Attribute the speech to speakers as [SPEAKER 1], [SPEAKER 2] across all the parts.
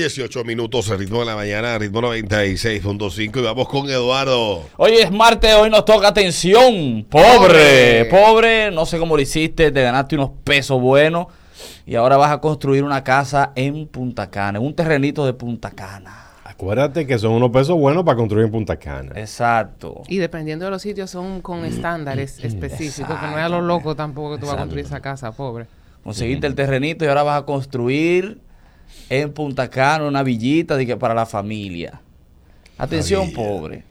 [SPEAKER 1] 18 minutos, el ritmo de la mañana, el ritmo 96.5 y vamos con Eduardo.
[SPEAKER 2] Hoy es martes, hoy nos toca atención.
[SPEAKER 1] Pobre.
[SPEAKER 2] Pobre, pobre, no sé cómo lo hiciste, te ganaste unos pesos buenos y ahora vas a construir una casa en Punta Cana, en un terrenito de Punta Cana.
[SPEAKER 3] Acuérdate que son unos pesos buenos para construir en Punta Cana.
[SPEAKER 2] Exacto.
[SPEAKER 4] Y dependiendo de los sitios son
[SPEAKER 1] Mm,
[SPEAKER 4] con estándares específicos, que no es a lo loco tampoco que tú vas a construir esa casa, pobre.
[SPEAKER 2] Conseguiste el terrenito y ahora vas a construir en Punta Cana una villita de que para la familia. Atención, pobre.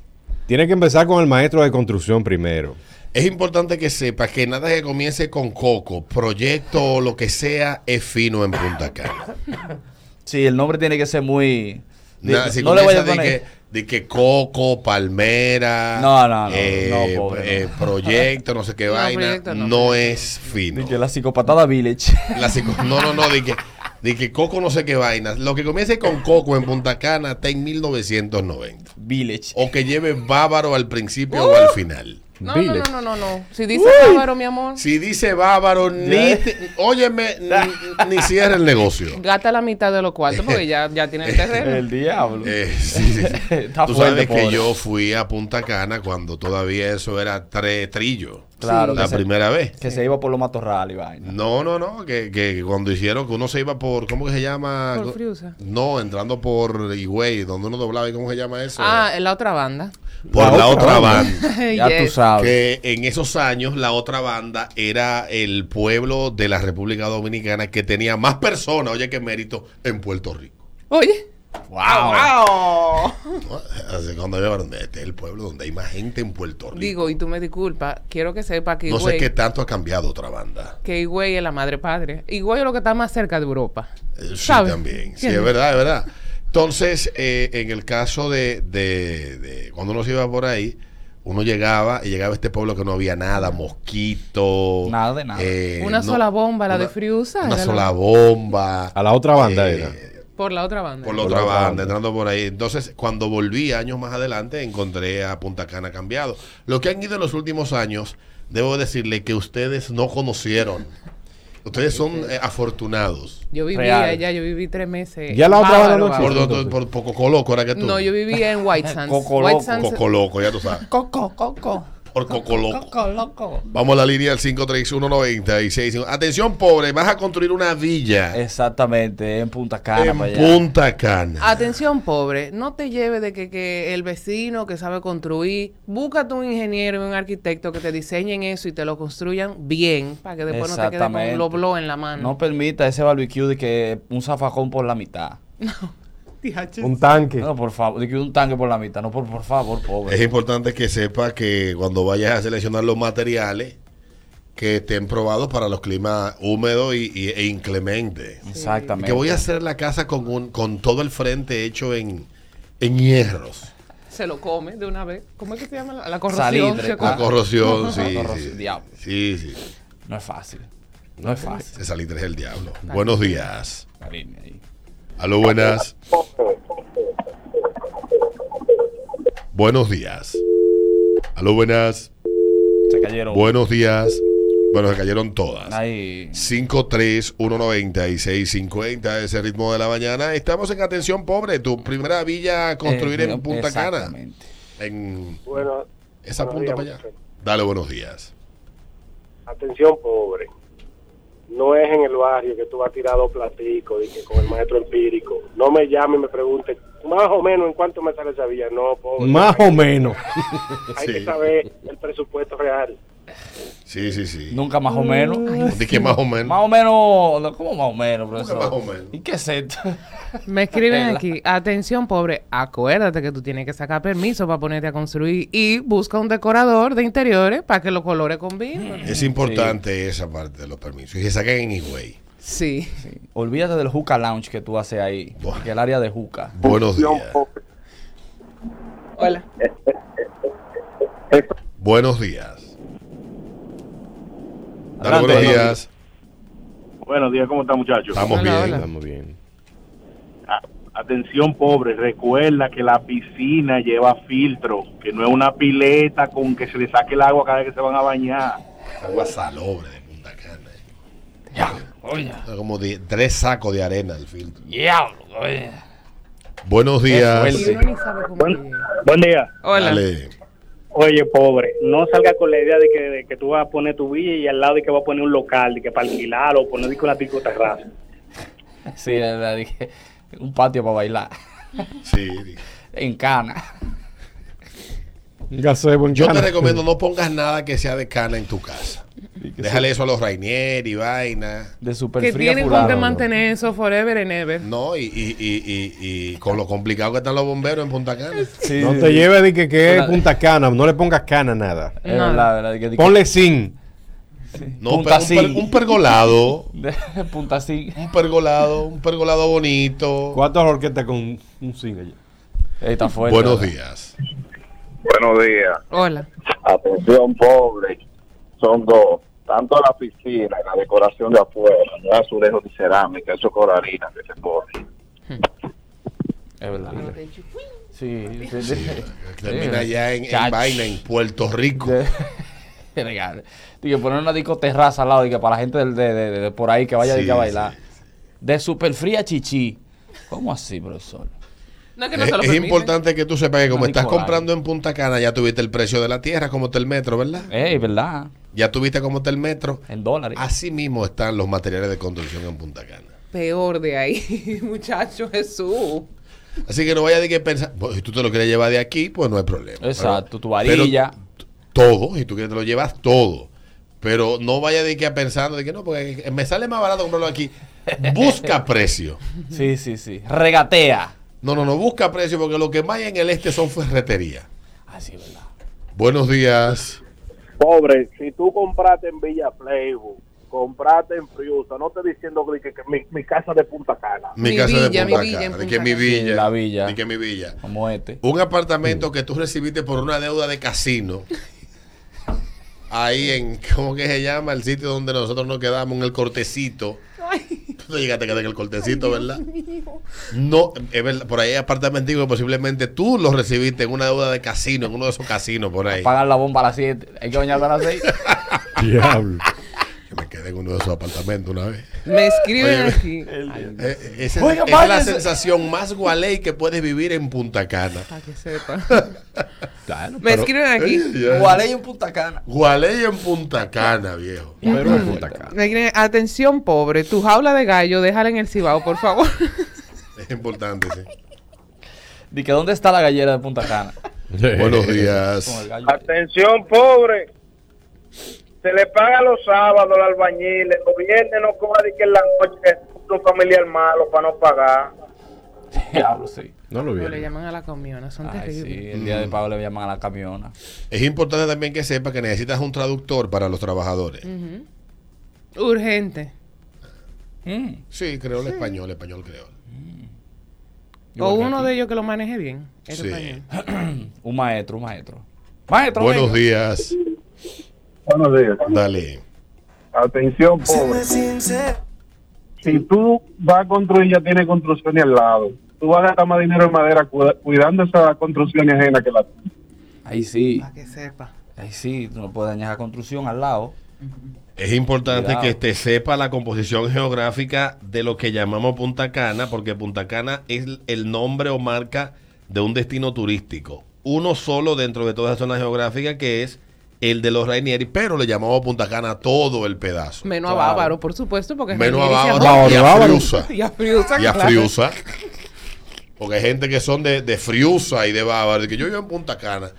[SPEAKER 3] Tienes que empezar con el maestro de construcción primero.
[SPEAKER 1] Es importante que sepas que nada que comience con coco, proyecto o lo que sea, es fino en Punta Cana.
[SPEAKER 2] Sí, el nombre tiene que ser muy...
[SPEAKER 1] Nada, si
[SPEAKER 2] no le voy
[SPEAKER 1] comienza
[SPEAKER 2] a poner...
[SPEAKER 1] de que, de que coco, palmera,
[SPEAKER 2] No, no, no,
[SPEAKER 1] eh,
[SPEAKER 2] no, pobre,
[SPEAKER 1] eh,
[SPEAKER 2] no.
[SPEAKER 1] proyecto, no sé qué
[SPEAKER 4] No,
[SPEAKER 1] vaina,
[SPEAKER 4] proyecto
[SPEAKER 1] no,
[SPEAKER 4] no.
[SPEAKER 1] es fino.
[SPEAKER 2] de que la psicopatada village.
[SPEAKER 1] La psico- no, no, no, de que, de que coco, no sé qué vaina. Lo que comience con coco en Punta Cana está en 1990.
[SPEAKER 2] village.
[SPEAKER 1] O que lleve bávaro al principio o al
[SPEAKER 4] Uh.
[SPEAKER 1] final.
[SPEAKER 4] No, no,
[SPEAKER 3] Village.
[SPEAKER 4] no, no, no, no. Si dice bávaro, mi amor,
[SPEAKER 1] Si dice bávaro, ni te- óyeme, ni, ni cierra el negocio.
[SPEAKER 4] gata la mitad de los cuartos porque ya, ya tiene el terreno.
[SPEAKER 2] El diablo.
[SPEAKER 1] Eh, sí, sí, sí.
[SPEAKER 2] Está
[SPEAKER 1] Tú
[SPEAKER 2] fuerte,
[SPEAKER 1] sabes que
[SPEAKER 2] pobre.
[SPEAKER 1] yo fui a Punta Cana cuando todavía eso era tres trillos.
[SPEAKER 2] Claro,
[SPEAKER 1] La
[SPEAKER 2] que se-
[SPEAKER 1] primera vez.
[SPEAKER 2] Que se iba por los matorrales y vaina.
[SPEAKER 1] No, no, no, que, que cuando hicieron que uno se iba por, ¿cómo que se llama?
[SPEAKER 4] Por Friusa.
[SPEAKER 1] No, entrando por Higüey, donde uno doblaba, ¿y cómo se llama eso?
[SPEAKER 4] Ah, en la otra banda.
[SPEAKER 1] por la,
[SPEAKER 3] la
[SPEAKER 1] otra,
[SPEAKER 3] otra
[SPEAKER 1] banda.
[SPEAKER 2] Ya tú sabes.
[SPEAKER 1] Que en esos años la otra banda era el pueblo de la República Dominicana que tenía más personas, oye, que mérito, en Puerto Rico.
[SPEAKER 4] Oye,
[SPEAKER 2] ¡Wow!
[SPEAKER 1] ¿no? Así que cuando yo, bueno, este es el pueblo donde hay más gente en Puerto Rico.
[SPEAKER 4] digo, y tú me disculpas, quiero que sepa que
[SPEAKER 1] no sé
[SPEAKER 4] Higüey,
[SPEAKER 1] qué tanto ha cambiado otra banda.
[SPEAKER 4] que Higüey es la madre patria. Higüey es lo que está más cerca de Europa.
[SPEAKER 1] Eh, Sí,
[SPEAKER 4] ¿Sabe?
[SPEAKER 1] también. Sí,
[SPEAKER 4] ¿Entiendes?
[SPEAKER 1] es verdad, es verdad. Entonces, eh, en el caso de, de- de cuando uno se iba por ahí, uno llegaba y llegaba a este pueblo que no había nada, mosquito.
[SPEAKER 2] Nada de nada.
[SPEAKER 1] eh,
[SPEAKER 4] Una
[SPEAKER 1] no-
[SPEAKER 4] sola bomba, la de
[SPEAKER 1] una-
[SPEAKER 4] Friusa.
[SPEAKER 1] Una
[SPEAKER 4] era la-
[SPEAKER 1] sola bomba.
[SPEAKER 3] A la otra banda
[SPEAKER 1] eh,
[SPEAKER 3] era.
[SPEAKER 4] Por la otra banda.
[SPEAKER 1] Por la
[SPEAKER 3] Por
[SPEAKER 1] otra
[SPEAKER 3] la otra
[SPEAKER 1] banda,
[SPEAKER 3] banda.
[SPEAKER 1] entrando por ahí. Entonces, cuando volví años más adelante, encontré a Punta Cana cambiado. Lo que han ido en los últimos años, debo decirle que ustedes no conocieron. Ustedes son eh, afortunados.
[SPEAKER 4] Yo vivía
[SPEAKER 2] Real.
[SPEAKER 4] allá, yo viví tres meses.
[SPEAKER 3] Ya la otra
[SPEAKER 4] Bávaro,
[SPEAKER 3] banda no
[SPEAKER 4] bávaro.
[SPEAKER 1] Por,
[SPEAKER 3] Sí,
[SPEAKER 1] por,
[SPEAKER 3] entonces.
[SPEAKER 1] por- por Coco Loco, era que tú.
[SPEAKER 4] Ah, No, yo vivía en White Sands.
[SPEAKER 2] Coco
[SPEAKER 4] White
[SPEAKER 2] loco.
[SPEAKER 4] Sands-
[SPEAKER 1] Coco Loco, ya tú sabes.
[SPEAKER 2] Coco, coco.
[SPEAKER 1] Por Coco Loco.
[SPEAKER 2] Coco, loco.
[SPEAKER 1] Vamos a la línea del 53196. Atención, pobre, vas a construir una villa
[SPEAKER 2] Exactamente, en Punta Cana. para
[SPEAKER 1] en
[SPEAKER 2] allá.
[SPEAKER 1] Punta Cana.
[SPEAKER 4] Atención, pobre, no te lleve de que, que el vecino que sabe construir, búscate un ingeniero y un arquitecto que te diseñen eso y te lo construyan bien, para que después no te quedes con
[SPEAKER 2] Exactamente.
[SPEAKER 4] un loblo en la mano.
[SPEAKER 2] No permita ese barbecue de que un zafacón por la mitad.
[SPEAKER 3] Un tanque.
[SPEAKER 2] No, por favor, de que un tanque por la mitad. No, por, por favor,
[SPEAKER 1] Es
[SPEAKER 2] pobre.
[SPEAKER 1] importante que sepas que cuando vayas a seleccionar los materiales que estén probados para los climas húmedos y, y- e inclementes.
[SPEAKER 2] Exactamente.
[SPEAKER 1] Que voy a hacer la casa con, un, con todo el frente hecho en, en hierros.
[SPEAKER 4] Se lo come de una vez. ¿Cómo es que se llama? La, la corrosión.
[SPEAKER 2] Salitre.
[SPEAKER 4] se
[SPEAKER 1] La
[SPEAKER 2] Ah.
[SPEAKER 4] come.
[SPEAKER 1] corrosión, sí.
[SPEAKER 2] La corrosión,
[SPEAKER 1] sí.
[SPEAKER 2] diablo.
[SPEAKER 1] Sí, sí.
[SPEAKER 2] No es fácil. No es fácil.
[SPEAKER 1] Se salitre es el diablo. Buenos días.
[SPEAKER 2] La línea ahí.
[SPEAKER 1] Aló, buenas. Buenos días. Aló, buenas.
[SPEAKER 2] Se cayeron.
[SPEAKER 1] Buenos días. Bueno, se cayeron todas.
[SPEAKER 2] Ahí.
[SPEAKER 1] 5319650 ese ritmo de la mañana. Estamos en atención pobre, tu primera villa a construir
[SPEAKER 2] Eh,
[SPEAKER 1] en Punta Cana.
[SPEAKER 2] Exactamente.
[SPEAKER 1] En
[SPEAKER 5] Bueno,
[SPEAKER 1] esa
[SPEAKER 5] buenos
[SPEAKER 1] punta
[SPEAKER 5] días,
[SPEAKER 1] para allá.
[SPEAKER 5] muchachos.
[SPEAKER 1] Dale buenos días.
[SPEAKER 5] Atención, pobre. No es en el barrio que tú vas a tirar dos platicos y que con el maestro empírico. No me llame y me pregunte más o menos en cuánto me sale esa villa. No, pobre.
[SPEAKER 3] Más o menos.
[SPEAKER 5] Hay
[SPEAKER 1] Sí.
[SPEAKER 5] que saber el presupuesto real.
[SPEAKER 1] Sí, sí, sí.
[SPEAKER 2] Nunca más o menos.
[SPEAKER 1] Di que más o
[SPEAKER 2] Más
[SPEAKER 1] menos.
[SPEAKER 2] o menos. ¿Cómo más o menos, profesor?
[SPEAKER 1] más o menos?
[SPEAKER 2] ¿Y qué es esto?
[SPEAKER 4] Me escriben
[SPEAKER 2] Ela.
[SPEAKER 4] aquí, atención, pobre, acuérdate que tú tienes que sacar permiso para ponerte a construir y busca un decorador de interiores para que los colores
[SPEAKER 2] Mm.
[SPEAKER 4] combinen.
[SPEAKER 1] Es importante esa parte de los permisos. Y se sacan en Higüey.
[SPEAKER 4] Sí.
[SPEAKER 2] Olvídate del Juca Lounge que tú haces ahí.
[SPEAKER 1] Buah.
[SPEAKER 2] Que el área de Juca.
[SPEAKER 1] Buenos
[SPEAKER 5] Atención,
[SPEAKER 1] días.
[SPEAKER 5] pobre.
[SPEAKER 4] Hola.
[SPEAKER 1] Buenos días. Dale
[SPEAKER 2] Adelante,
[SPEAKER 1] buenos
[SPEAKER 2] buenos
[SPEAKER 1] días.
[SPEAKER 5] Buenos días, ¿cómo están, muchachos?
[SPEAKER 1] Estamos
[SPEAKER 4] Hola,
[SPEAKER 1] bien.
[SPEAKER 4] hola.
[SPEAKER 3] Estamos bien.
[SPEAKER 5] A- Atención, pobre. Recuerda que la piscina lleva filtro, que no es una pileta con que se le saque el agua cada vez que se van a bañar.
[SPEAKER 1] Agua salobre de Punta Cana.
[SPEAKER 2] Ya, oye.
[SPEAKER 1] Como die- tres sacos de arena el filtro.
[SPEAKER 2] Diablo, oye.
[SPEAKER 1] Buenos
[SPEAKER 2] Qué
[SPEAKER 1] días.
[SPEAKER 4] Y uno ni sabe cómo
[SPEAKER 6] Buen,
[SPEAKER 4] llega.
[SPEAKER 6] buen día.
[SPEAKER 4] Hola.
[SPEAKER 1] Dale.
[SPEAKER 6] Oye, pobre, no salga con la idea de que, de que tú vas a poner tu villa y al lado de que vas a poner un local, de que para alquilar o poner de que una pico terraza.
[SPEAKER 2] Sí, la verdad, dije, un patio para bailar.
[SPEAKER 1] Sí.
[SPEAKER 2] En cana.
[SPEAKER 3] Un gazebo en
[SPEAKER 1] Yo te
[SPEAKER 3] cana.
[SPEAKER 1] recomiendo no pongas nada que sea de cana en tu casa. Déjale eso a los Rainier y vaina.
[SPEAKER 2] De super
[SPEAKER 4] Que
[SPEAKER 2] fría
[SPEAKER 4] tienen con que mantener eso forever and ever.
[SPEAKER 1] No, y, y, y, y, y con lo complicado que están los bomberos en Punta Cana.
[SPEAKER 3] No te
[SPEAKER 2] lleves.
[SPEAKER 3] lleves de que, que es
[SPEAKER 2] Hola.
[SPEAKER 3] Punta Cana, no le pongas cana a nada.
[SPEAKER 2] Es verdad, verdad, dije, dije,
[SPEAKER 3] Ponle sin.
[SPEAKER 1] No,
[SPEAKER 2] Punta
[SPEAKER 1] pero un, per-
[SPEAKER 2] Sil.
[SPEAKER 1] un pergolado.
[SPEAKER 2] de- punta sí.
[SPEAKER 1] Un pergolado, un pergolado bonito.
[SPEAKER 3] ¿Cuántas orquestas con un sin allá?
[SPEAKER 2] Ey, está fuerte,
[SPEAKER 1] Buenos
[SPEAKER 2] ¿verdad?
[SPEAKER 1] días.
[SPEAKER 7] Buenos días.
[SPEAKER 4] Hola.
[SPEAKER 7] Atención, pobre. Son dos. Tanto la piscina y la decoración de afuera, no es azulejo ni cerámica, eso es coralina que se pone.
[SPEAKER 2] Es verdad. Sí, sí,
[SPEAKER 1] Sí,
[SPEAKER 2] sí.
[SPEAKER 1] termina
[SPEAKER 2] Sí,
[SPEAKER 1] ya en, en
[SPEAKER 2] chacho.
[SPEAKER 1] vaina en Puerto Rico.
[SPEAKER 2] De- Legal. Dije, poner una discoterraza al lado y que para la gente del- de, de- de- de por ahí que vaya
[SPEAKER 1] Sí,
[SPEAKER 2] dije, a bailar.
[SPEAKER 1] sí,
[SPEAKER 2] De super fría chichi. ¿Cómo así, profesor?
[SPEAKER 4] No es que no
[SPEAKER 1] Es,
[SPEAKER 4] se lo
[SPEAKER 1] es
[SPEAKER 4] permiten.
[SPEAKER 1] importante que tú sepas que como
[SPEAKER 2] Una
[SPEAKER 1] estás
[SPEAKER 2] licorada.
[SPEAKER 1] comprando en Punta Cana, ya tuviste el precio de la tierra, como está el metro, ¿verdad?
[SPEAKER 2] Ey, ¿verdad?
[SPEAKER 1] Ya tuviste como está el metro.
[SPEAKER 2] En dólares.
[SPEAKER 1] Así mismo están los materiales de construcción en Punta Cana.
[SPEAKER 4] Peor de ahí, muchacho Jesús.
[SPEAKER 1] Así que no vaya de que pensar, bueno, si tú te lo quieres llevar de aquí, pues no hay problema.
[SPEAKER 2] Exacto,
[SPEAKER 1] Pero-
[SPEAKER 2] tu varilla.
[SPEAKER 1] pero Todo, si tú quieres te lo llevas todo. Pero no vaya de que a pensando de que no, porque me sale más barato comprarlo aquí. Busca precio.
[SPEAKER 2] Sí, sí, sí. Regatea.
[SPEAKER 1] No, no, no, busca precio porque lo que más hay en el este son ferreterías.
[SPEAKER 2] Así, Ah, ¿verdad?
[SPEAKER 1] Buenos días.
[SPEAKER 5] Pobre, si tú compraste en Villa Playbook, compraste en Friusa, no te diciendo que, que- que mi, mi casa de Punta Cana.
[SPEAKER 1] Mi,
[SPEAKER 4] Mi
[SPEAKER 1] casa
[SPEAKER 4] villa,
[SPEAKER 1] de
[SPEAKER 4] mi
[SPEAKER 1] Punta
[SPEAKER 4] villa en
[SPEAKER 1] Cana. De
[SPEAKER 4] Punta
[SPEAKER 1] que mi
[SPEAKER 4] Cana.
[SPEAKER 1] villa.
[SPEAKER 2] Sí, la villa.
[SPEAKER 1] De que mi villa.
[SPEAKER 2] Como este.
[SPEAKER 1] Un apartamento que tú recibiste por una deuda de casino. Ahí en, ¿cómo que se llama? El sitio donde nosotros nos quedamos, en el cortecito.
[SPEAKER 4] Ay,
[SPEAKER 1] Tú te llegaste a quedar en el cortecito, ¿verdad?
[SPEAKER 4] mío.
[SPEAKER 1] No, es verdad, por ahí hay apartamentico que posiblemente tú lo recibiste en una deuda de casino, en uno de esos casinos por ahí.
[SPEAKER 2] Pagar la bomba a las 7. Hay que bañarse a las 6.
[SPEAKER 3] Diablo.
[SPEAKER 1] Yo me quedé en uno de esos apartamentos una vez.
[SPEAKER 4] Me escriben
[SPEAKER 1] Oye,
[SPEAKER 4] aquí.
[SPEAKER 1] Eh, esa es,
[SPEAKER 2] Oiga,
[SPEAKER 1] es la
[SPEAKER 2] váyanse.
[SPEAKER 1] sensación más gualey que puedes vivir en Punta Cana.
[SPEAKER 4] Para que sepa.
[SPEAKER 3] Claro,
[SPEAKER 4] Me escriben aquí.
[SPEAKER 1] Ay, ay.
[SPEAKER 2] Gualey en Punta Cana.
[SPEAKER 1] eh, Gualey en Punta Cana, viejo.
[SPEAKER 3] pero es Punta Cana.
[SPEAKER 4] Me escriben, atención pobre, tu jaula de gallo, déjala en el cibao, por favor.
[SPEAKER 1] Es importante, sí.
[SPEAKER 2] Di que ¿dónde está la gallera de Punta Cana?
[SPEAKER 1] Buenos
[SPEAKER 2] Con el
[SPEAKER 1] días.
[SPEAKER 2] gallo.
[SPEAKER 8] Atención, pobre. Se le paga los sábados al albañil. El gobierno no cobra de que en la noche es un familiar malo para no pagar.
[SPEAKER 2] Diablo, sí.
[SPEAKER 3] No lo
[SPEAKER 4] No le
[SPEAKER 3] vieron.
[SPEAKER 4] llaman a la comiona, son
[SPEAKER 2] Ay,
[SPEAKER 4] terribles.
[SPEAKER 2] sí. El día de
[SPEAKER 1] Mm.
[SPEAKER 2] Pablo le llaman a la camiona.
[SPEAKER 1] Es importante también que sepas que necesitas un traductor para los trabajadores.
[SPEAKER 4] Urgente.
[SPEAKER 2] Mm.
[SPEAKER 1] Sí, creo el español, español creo.
[SPEAKER 4] O
[SPEAKER 2] Igual que
[SPEAKER 4] uno
[SPEAKER 2] aquí.
[SPEAKER 4] de ellos que lo maneje bien. el
[SPEAKER 1] Sí.
[SPEAKER 4] español.
[SPEAKER 2] Un maestro, un maestro. Maestro,
[SPEAKER 1] Buenos
[SPEAKER 2] venga.
[SPEAKER 1] días.
[SPEAKER 7] Buenos días.
[SPEAKER 1] Dale.
[SPEAKER 7] Atención, pobre. Si tú vas a construir, ya tiene construcción al lado. Tú vas a gastar más dinero en madera cuida- cuidando esa construcción ajena que la
[SPEAKER 2] Ahí sí,
[SPEAKER 4] Para que sepa.
[SPEAKER 2] ahí sí, tú no puedes dañar la construcción al lado.
[SPEAKER 1] Es importante
[SPEAKER 2] Cuidado.
[SPEAKER 1] que te sepa la composición geográfica de lo que llamamos Punta Cana, porque Punta Cana es el nombre o marca de un destino turístico. Uno solo dentro de toda esa zona geográfica que es el de los Rainieri, pero le llamamos Punta Cana a todo el pedazo.
[SPEAKER 4] Menos
[SPEAKER 2] Claro.
[SPEAKER 4] a Bávaro, por supuesto, porque
[SPEAKER 1] Menos a
[SPEAKER 4] Ramírez y
[SPEAKER 1] Bávaro y a
[SPEAKER 3] Bávaro.
[SPEAKER 1] Friusa.
[SPEAKER 4] Y a Friusa,
[SPEAKER 1] Y a
[SPEAKER 4] claro.
[SPEAKER 1] Friusa. Porque hay gente que son de, de Friusa y de Bávaro. Que yo vivo en Punta Cana.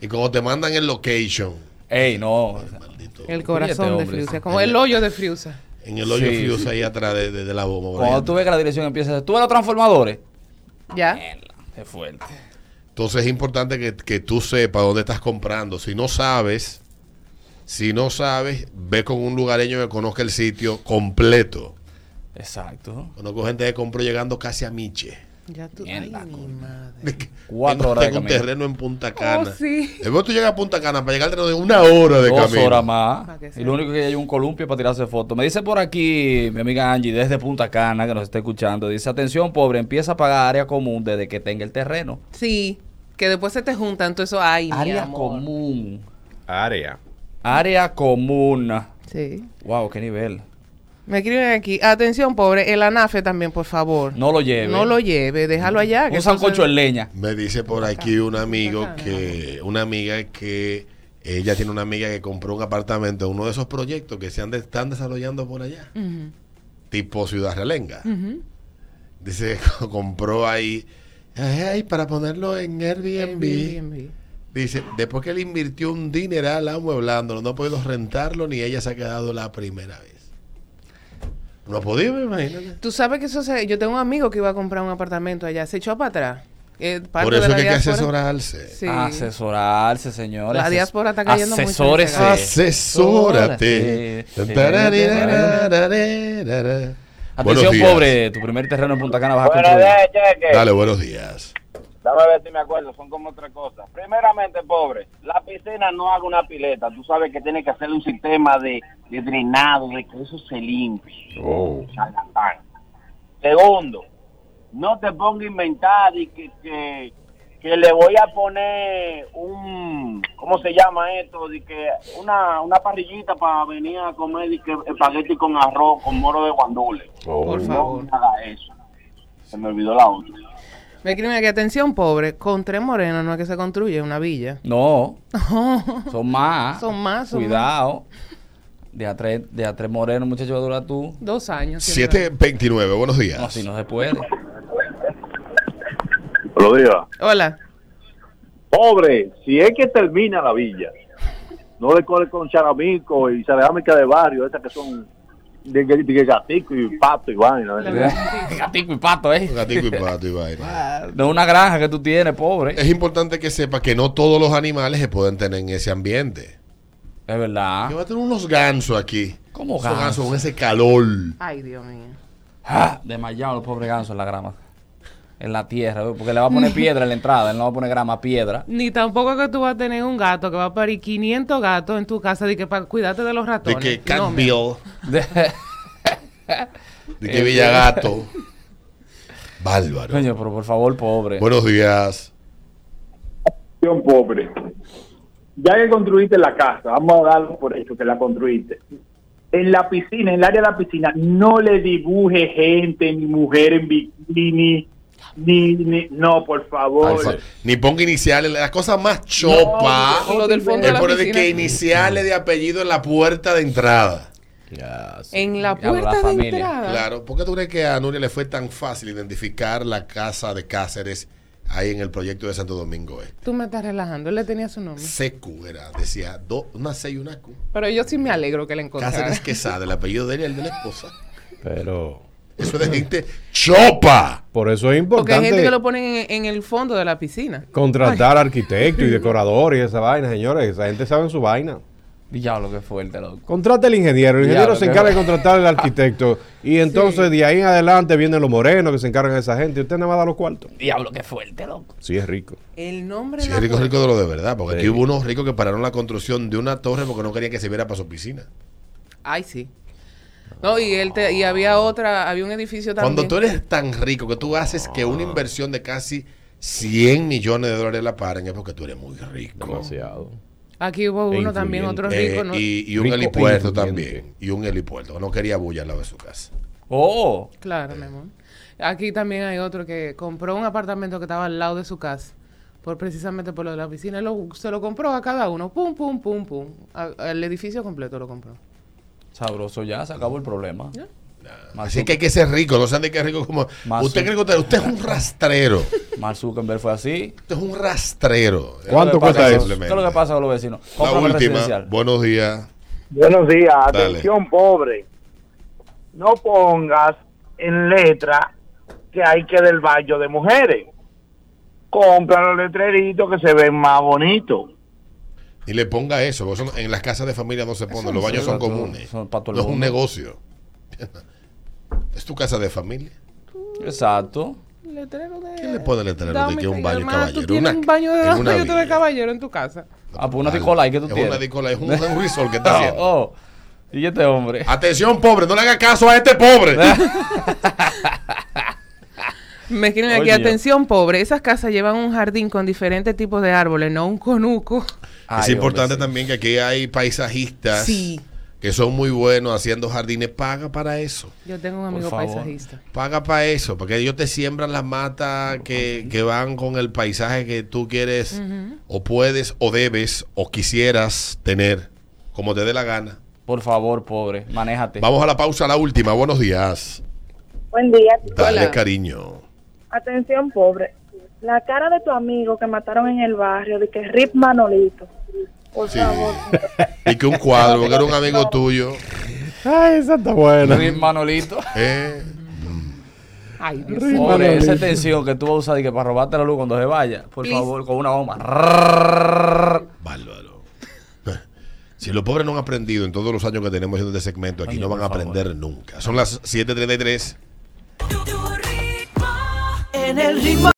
[SPEAKER 1] Y cuando te mandan el location,
[SPEAKER 2] Ey, no.
[SPEAKER 1] maldito,
[SPEAKER 4] El corazón
[SPEAKER 2] Fíjate,
[SPEAKER 4] de
[SPEAKER 2] hombre.
[SPEAKER 4] Friusa, como el hoyo de Friusa.
[SPEAKER 1] en el hoyo
[SPEAKER 2] Sí,
[SPEAKER 1] Friusa ahí atrás de, de- de la bomba. por
[SPEAKER 2] Cuando
[SPEAKER 1] ahí.
[SPEAKER 2] tú ves que la dirección empieza a decir, tú ves los transformadores.
[SPEAKER 4] ¿Ya?
[SPEAKER 2] Mierda, qué fuerte.
[SPEAKER 1] Entonces es importante que, que tú sepas dónde estás comprando. Si no sabes, si no sabes, ve con un lugareño que conozca el sitio completo.
[SPEAKER 2] Exacto.
[SPEAKER 1] Conozco gente que compró llegando casi a Miche.
[SPEAKER 4] Ya tú.
[SPEAKER 2] Mierda,
[SPEAKER 4] Ay, mi
[SPEAKER 2] coño.
[SPEAKER 4] madre.
[SPEAKER 2] Cuatro
[SPEAKER 1] Tengo-
[SPEAKER 2] horas de
[SPEAKER 1] tengo un
[SPEAKER 2] camino.
[SPEAKER 1] terreno en Punta Cana.
[SPEAKER 4] Oh, sí.
[SPEAKER 1] Después tú llegas a Punta Cana para llegar al terreno de una hora de
[SPEAKER 2] Dos
[SPEAKER 1] camino.
[SPEAKER 2] horas
[SPEAKER 4] Pa' que
[SPEAKER 2] más. Y
[SPEAKER 4] sea.
[SPEAKER 2] lo único que hay es un columpio para tirarse fotos. Me dice por aquí mi amiga Angie, desde Punta Cana, que nos está escuchando. Dice, atención, pobre, empieza a pagar área común desde que tenga el terreno.
[SPEAKER 4] Sí, que después se te juntan todo eso. Ay, mi
[SPEAKER 2] área
[SPEAKER 4] amor.
[SPEAKER 2] común.
[SPEAKER 3] Área.
[SPEAKER 2] Área común.
[SPEAKER 4] Sí.
[SPEAKER 2] Wow, qué nivel.
[SPEAKER 4] Me escriben aquí. Atención, pobre. El anafe también, por favor.
[SPEAKER 2] No lo lleve.
[SPEAKER 4] No lo lleve. Déjalo allá. que
[SPEAKER 2] Un
[SPEAKER 4] eso
[SPEAKER 2] sancocho
[SPEAKER 4] se-
[SPEAKER 2] en leña.
[SPEAKER 1] Me dice por aquí un amigo que, una amiga que, ella tiene una amiga que compró un apartamento, uno de esos proyectos que se han de- están desarrollando por allá,
[SPEAKER 4] Ujú,
[SPEAKER 1] tipo Ciudad Relenga.
[SPEAKER 4] ujú.
[SPEAKER 1] Dice que compró ahí, ay, para ponerlo en Airbnb.
[SPEAKER 4] Airbnb.
[SPEAKER 1] Dice, después que él invirtió un dineral amueblándolo, no ha podido rentarlo ni ella se ha quedado la primera vez. No ha podido, imagínate.
[SPEAKER 4] Tú sabes que eso se... Yo tengo un amigo que iba a comprar un apartamento allá. Se echó para atrás. Eh, parte
[SPEAKER 1] Por eso
[SPEAKER 4] de
[SPEAKER 1] es
[SPEAKER 4] la
[SPEAKER 1] que hay que
[SPEAKER 4] diáspora-
[SPEAKER 1] asesorarse.
[SPEAKER 4] Sí.
[SPEAKER 2] Asesorarse, señores.
[SPEAKER 4] La diáspora está cayendo muy
[SPEAKER 2] Asesórese.
[SPEAKER 4] cerca.
[SPEAKER 1] Asesórate. Tararararararara. Buenos
[SPEAKER 2] Atención,
[SPEAKER 1] días.
[SPEAKER 2] pobre. Tu primer terreno en Punta Cana vas a
[SPEAKER 8] Buenos
[SPEAKER 2] construir.
[SPEAKER 8] días, cheque.
[SPEAKER 1] Dale, buenos días.
[SPEAKER 8] Dame a ver si me acuerdo, son como tres cosas. Primeramente, pobre, la piscina no haga una pileta. Tú sabes que tiene que hacer un sistema de, de drenado, de que eso se limpie.
[SPEAKER 3] Oh.
[SPEAKER 8] charlatán. Segundo, no te ponga a inventar y que, que, que le voy a poner un, ¿cómo se llama esto? De que una, una parrillita para venir a comer de que espagueti con arroz, con moro de guandule.
[SPEAKER 3] Oh.
[SPEAKER 4] Por
[SPEAKER 8] No
[SPEAKER 4] favor.
[SPEAKER 8] haga eso. Se me olvidó la otra.
[SPEAKER 4] Me escriben aquí. Atención, pobre. Con tres morenos no es que se construye una villa.
[SPEAKER 2] No. Son más.
[SPEAKER 4] Son más, son
[SPEAKER 2] Cuidado. De a tres, de a tres morenos, muchacho, va a durar tú.
[SPEAKER 4] Dos años. siempre.
[SPEAKER 1] 729, buenos
[SPEAKER 2] No,
[SPEAKER 1] días.
[SPEAKER 2] si no se puede.
[SPEAKER 9] Buenos días.
[SPEAKER 4] Hola.
[SPEAKER 9] Pobre, si es que termina la villa, no le coge con charamico y salamámica de barrio, esas que son de, de, de gatico y pato y vaina. ¿eh?
[SPEAKER 2] Gatico y pato, ¿eh?
[SPEAKER 1] Un Gatico y pato y vaina.
[SPEAKER 2] De una granja que tú tienes, pobre.
[SPEAKER 1] Es importante que sepa que no todos los animales se pueden tener en ese ambiente.
[SPEAKER 2] Es verdad.
[SPEAKER 1] Yo voy a tener unos gansos aquí.
[SPEAKER 2] ¿Cómo
[SPEAKER 1] Esos
[SPEAKER 2] gansos?
[SPEAKER 1] gansos con ese calor.
[SPEAKER 4] Ay, Dios mío.
[SPEAKER 2] Ah, Desmayado los pobres gansos en la grama. En la tierra, ¿ve? porque le va a poner piedra en la entrada, él no va a poner grama, piedra.
[SPEAKER 4] Ni tampoco que tú vas a tener un gato que va a parir 500 gatos en tu casa de que para cuidarte de los
[SPEAKER 1] De
[SPEAKER 4] ratones.
[SPEAKER 1] que
[SPEAKER 4] No,
[SPEAKER 1] Cat
[SPEAKER 4] mi-
[SPEAKER 1] Bill,
[SPEAKER 2] De-
[SPEAKER 1] de que Villagato. Bárbaro.
[SPEAKER 2] Coño, pero por favor, pobre.
[SPEAKER 1] Buenos días.
[SPEAKER 9] Atención, pobre. Ya que construiste la casa, vamos a darlo por hecho que la construiste. En la piscina, en el área de la piscina, no le dibuje gente, ni mujer en bikini, ni, ni- no, por favor.
[SPEAKER 1] Alfa. Ni ponga iniciales, la cosa más chopa.
[SPEAKER 4] Lo del fondo de
[SPEAKER 1] es
[SPEAKER 4] la
[SPEAKER 1] por el de
[SPEAKER 4] piscina.
[SPEAKER 1] que iniciales de apellido en la puerta de entrada.
[SPEAKER 3] Ya, sí.
[SPEAKER 4] En la
[SPEAKER 2] Ya, pero la
[SPEAKER 4] puerta de
[SPEAKER 2] familia.
[SPEAKER 4] entrada.
[SPEAKER 1] Claro, ¿por qué tú crees que a Nuria le fue tan fácil identificar la casa de Cáceres ahí en el proyecto de Santo Domingo? eh?
[SPEAKER 4] Tú me estás relajando. Él le tenía su nombre.
[SPEAKER 1] Secu era, decía do- una C y una Q.
[SPEAKER 4] Pero yo sí me alegro que le encontrara.
[SPEAKER 1] Cáceres Quesada, el apellido de él y el de la esposa.
[SPEAKER 3] Pero
[SPEAKER 1] Eso es de gente chopa.
[SPEAKER 3] por eso es
[SPEAKER 4] Porque hay
[SPEAKER 3] importante
[SPEAKER 4] gente que lo ponen en, en el fondo de la piscina.
[SPEAKER 3] contratar arquitectos y decoradores y esa vaina, señores. Esa gente sabe su vaina.
[SPEAKER 2] Diablo, que fuerte, loco.
[SPEAKER 3] Contrata el ingeniero. El ingeniero
[SPEAKER 2] Ya,
[SPEAKER 3] se
[SPEAKER 2] pero-
[SPEAKER 3] encarga de contratar al arquitecto. Y entonces de ahí en adelante vienen los morenos que se encargan de esa gente. Y usted nada más da los cuartos.
[SPEAKER 2] Diablo, que fuerte, loco.
[SPEAKER 3] Sí, es rico.
[SPEAKER 4] El nombre
[SPEAKER 1] Sí,
[SPEAKER 4] de la
[SPEAKER 1] rico,
[SPEAKER 4] puerta.
[SPEAKER 1] rico de lo de verdad, porque aquí
[SPEAKER 3] Sí.
[SPEAKER 1] hubo unos ricos que pararon la construcción de una torre porque no querían que se viera para su piscina.
[SPEAKER 4] Ay, sí. No, y él te, y había otra, había un edificio también.
[SPEAKER 1] Cuando tú eres tan rico que tú haces que
[SPEAKER 2] Ah.
[SPEAKER 1] una inversión de casi 100 millones de dólares la paren es porque tú eres muy rico.
[SPEAKER 3] Demasiado.
[SPEAKER 4] Aquí hubo
[SPEAKER 3] E
[SPEAKER 4] uno también,
[SPEAKER 3] influyente.
[SPEAKER 4] otro
[SPEAKER 1] Eh,
[SPEAKER 4] rico, ¿no?
[SPEAKER 1] y, y un
[SPEAKER 3] Rico e
[SPEAKER 1] helipuerto
[SPEAKER 3] influyente.
[SPEAKER 1] también. Y un helipuerto. No quería bulla al lado de su casa.
[SPEAKER 2] Oh,
[SPEAKER 4] Claro, mi amor. Aquí también hay otro que compró un apartamento que estaba al lado de su casa, por precisamente por lo de la piscina. y Lo, se lo compró a cada uno, pum, pum, pum, pum. A- El edificio completo lo compró.
[SPEAKER 2] sabroso ya, se acabó el problema. Mark,
[SPEAKER 1] Así que hay que ser rico. No sean de qué rico como.
[SPEAKER 2] Más
[SPEAKER 1] Usted
[SPEAKER 2] un-
[SPEAKER 1] cree que usted, usted es un rastrero.
[SPEAKER 2] Zuck- Mark Zuckerberg fue así.
[SPEAKER 1] Usted es un rastrero.
[SPEAKER 3] ¿Cuánto
[SPEAKER 2] ¿Qué es lo que
[SPEAKER 3] cuesta
[SPEAKER 2] pasa?
[SPEAKER 3] eso?
[SPEAKER 2] ¿Qué es lo que pasa con los vecinos?
[SPEAKER 1] La
[SPEAKER 2] Cómprame
[SPEAKER 1] última.
[SPEAKER 2] residencial.
[SPEAKER 1] Buenos días.
[SPEAKER 9] Buenos días,
[SPEAKER 1] Dale.
[SPEAKER 9] atención pobre. No pongas en letra que hay que del baño de mujeres. Compra los letreritos que se ven más bonitos.
[SPEAKER 1] Y le ponga eso. porque eso no- en las casas de familia no se pone.
[SPEAKER 2] no
[SPEAKER 1] Los
[SPEAKER 2] se
[SPEAKER 1] baños son
[SPEAKER 2] da, son-
[SPEAKER 1] comunes.
[SPEAKER 2] son pa' todo el
[SPEAKER 1] no es un
[SPEAKER 2] mundo.
[SPEAKER 1] negocio. es tu casa de familia.
[SPEAKER 2] Exacto.
[SPEAKER 4] Letrero de...
[SPEAKER 1] ¿Quién le pone letrero de
[SPEAKER 4] Dame-
[SPEAKER 1] que es un baño
[SPEAKER 4] hermana,
[SPEAKER 1] caballero?
[SPEAKER 4] Tú tienes
[SPEAKER 1] Una-
[SPEAKER 4] un baño de,
[SPEAKER 1] en una
[SPEAKER 4] baño de
[SPEAKER 1] villa.
[SPEAKER 4] caballero en tu casa.
[SPEAKER 2] Ah, pues una Nicolai que tú
[SPEAKER 1] es
[SPEAKER 2] tienes.
[SPEAKER 1] una Nicolai, es un, un resort que está haciendo.
[SPEAKER 2] Oh, oh. Y este hombre.
[SPEAKER 1] Atención, pobre, no le haga caso a este pobre.
[SPEAKER 4] Me escriben aquí,
[SPEAKER 2] Oye.
[SPEAKER 4] atención pobre, esas casas llevan un jardín con diferentes tipos de árboles, no un conuco.
[SPEAKER 2] Ay,
[SPEAKER 1] es
[SPEAKER 2] hombre,
[SPEAKER 1] importante
[SPEAKER 2] sí.
[SPEAKER 1] también que aquí hay paisajistas
[SPEAKER 4] Sí.
[SPEAKER 1] que son muy buenos haciendo jardines, paga para eso.
[SPEAKER 4] Yo tengo un amigo
[SPEAKER 2] favor.
[SPEAKER 4] paisajista.
[SPEAKER 1] Paga para eso, porque ellos te siembran las matas que, que van con el paisaje que tú quieres o puedes o debes o quisieras tener, como te dé la gana.
[SPEAKER 2] Por favor, pobre, manéjate.
[SPEAKER 1] Vamos a la pausa, la última. Buenos días.
[SPEAKER 10] Buen día.
[SPEAKER 1] Dale,
[SPEAKER 4] Hola.
[SPEAKER 1] cariño.
[SPEAKER 10] Atención, pobre. La cara de tu amigo que mataron en el barrio, de que Rip Manolito. Por
[SPEAKER 1] Sí.
[SPEAKER 10] favor.
[SPEAKER 1] Y que un cuadro, porque era un amigo tuyo.
[SPEAKER 3] Ay, esa está buena.
[SPEAKER 2] Rin Manolito.
[SPEAKER 1] ¿eh?
[SPEAKER 4] Ay, Dios.
[SPEAKER 3] Rin
[SPEAKER 2] Pobre,
[SPEAKER 3] Manolito.
[SPEAKER 2] esa tensión que tú vas a usar y que para robarte la luz cuando se vaya, por
[SPEAKER 4] Please.
[SPEAKER 2] favor, con una goma.
[SPEAKER 1] Bárbaro. Si los pobres no han aprendido en todos los años que tenemos haciendo este segmento, aquí
[SPEAKER 2] Ay,
[SPEAKER 1] no van a
[SPEAKER 2] por favor.
[SPEAKER 1] aprender nunca. Son las 7:33.
[SPEAKER 11] En el ritmo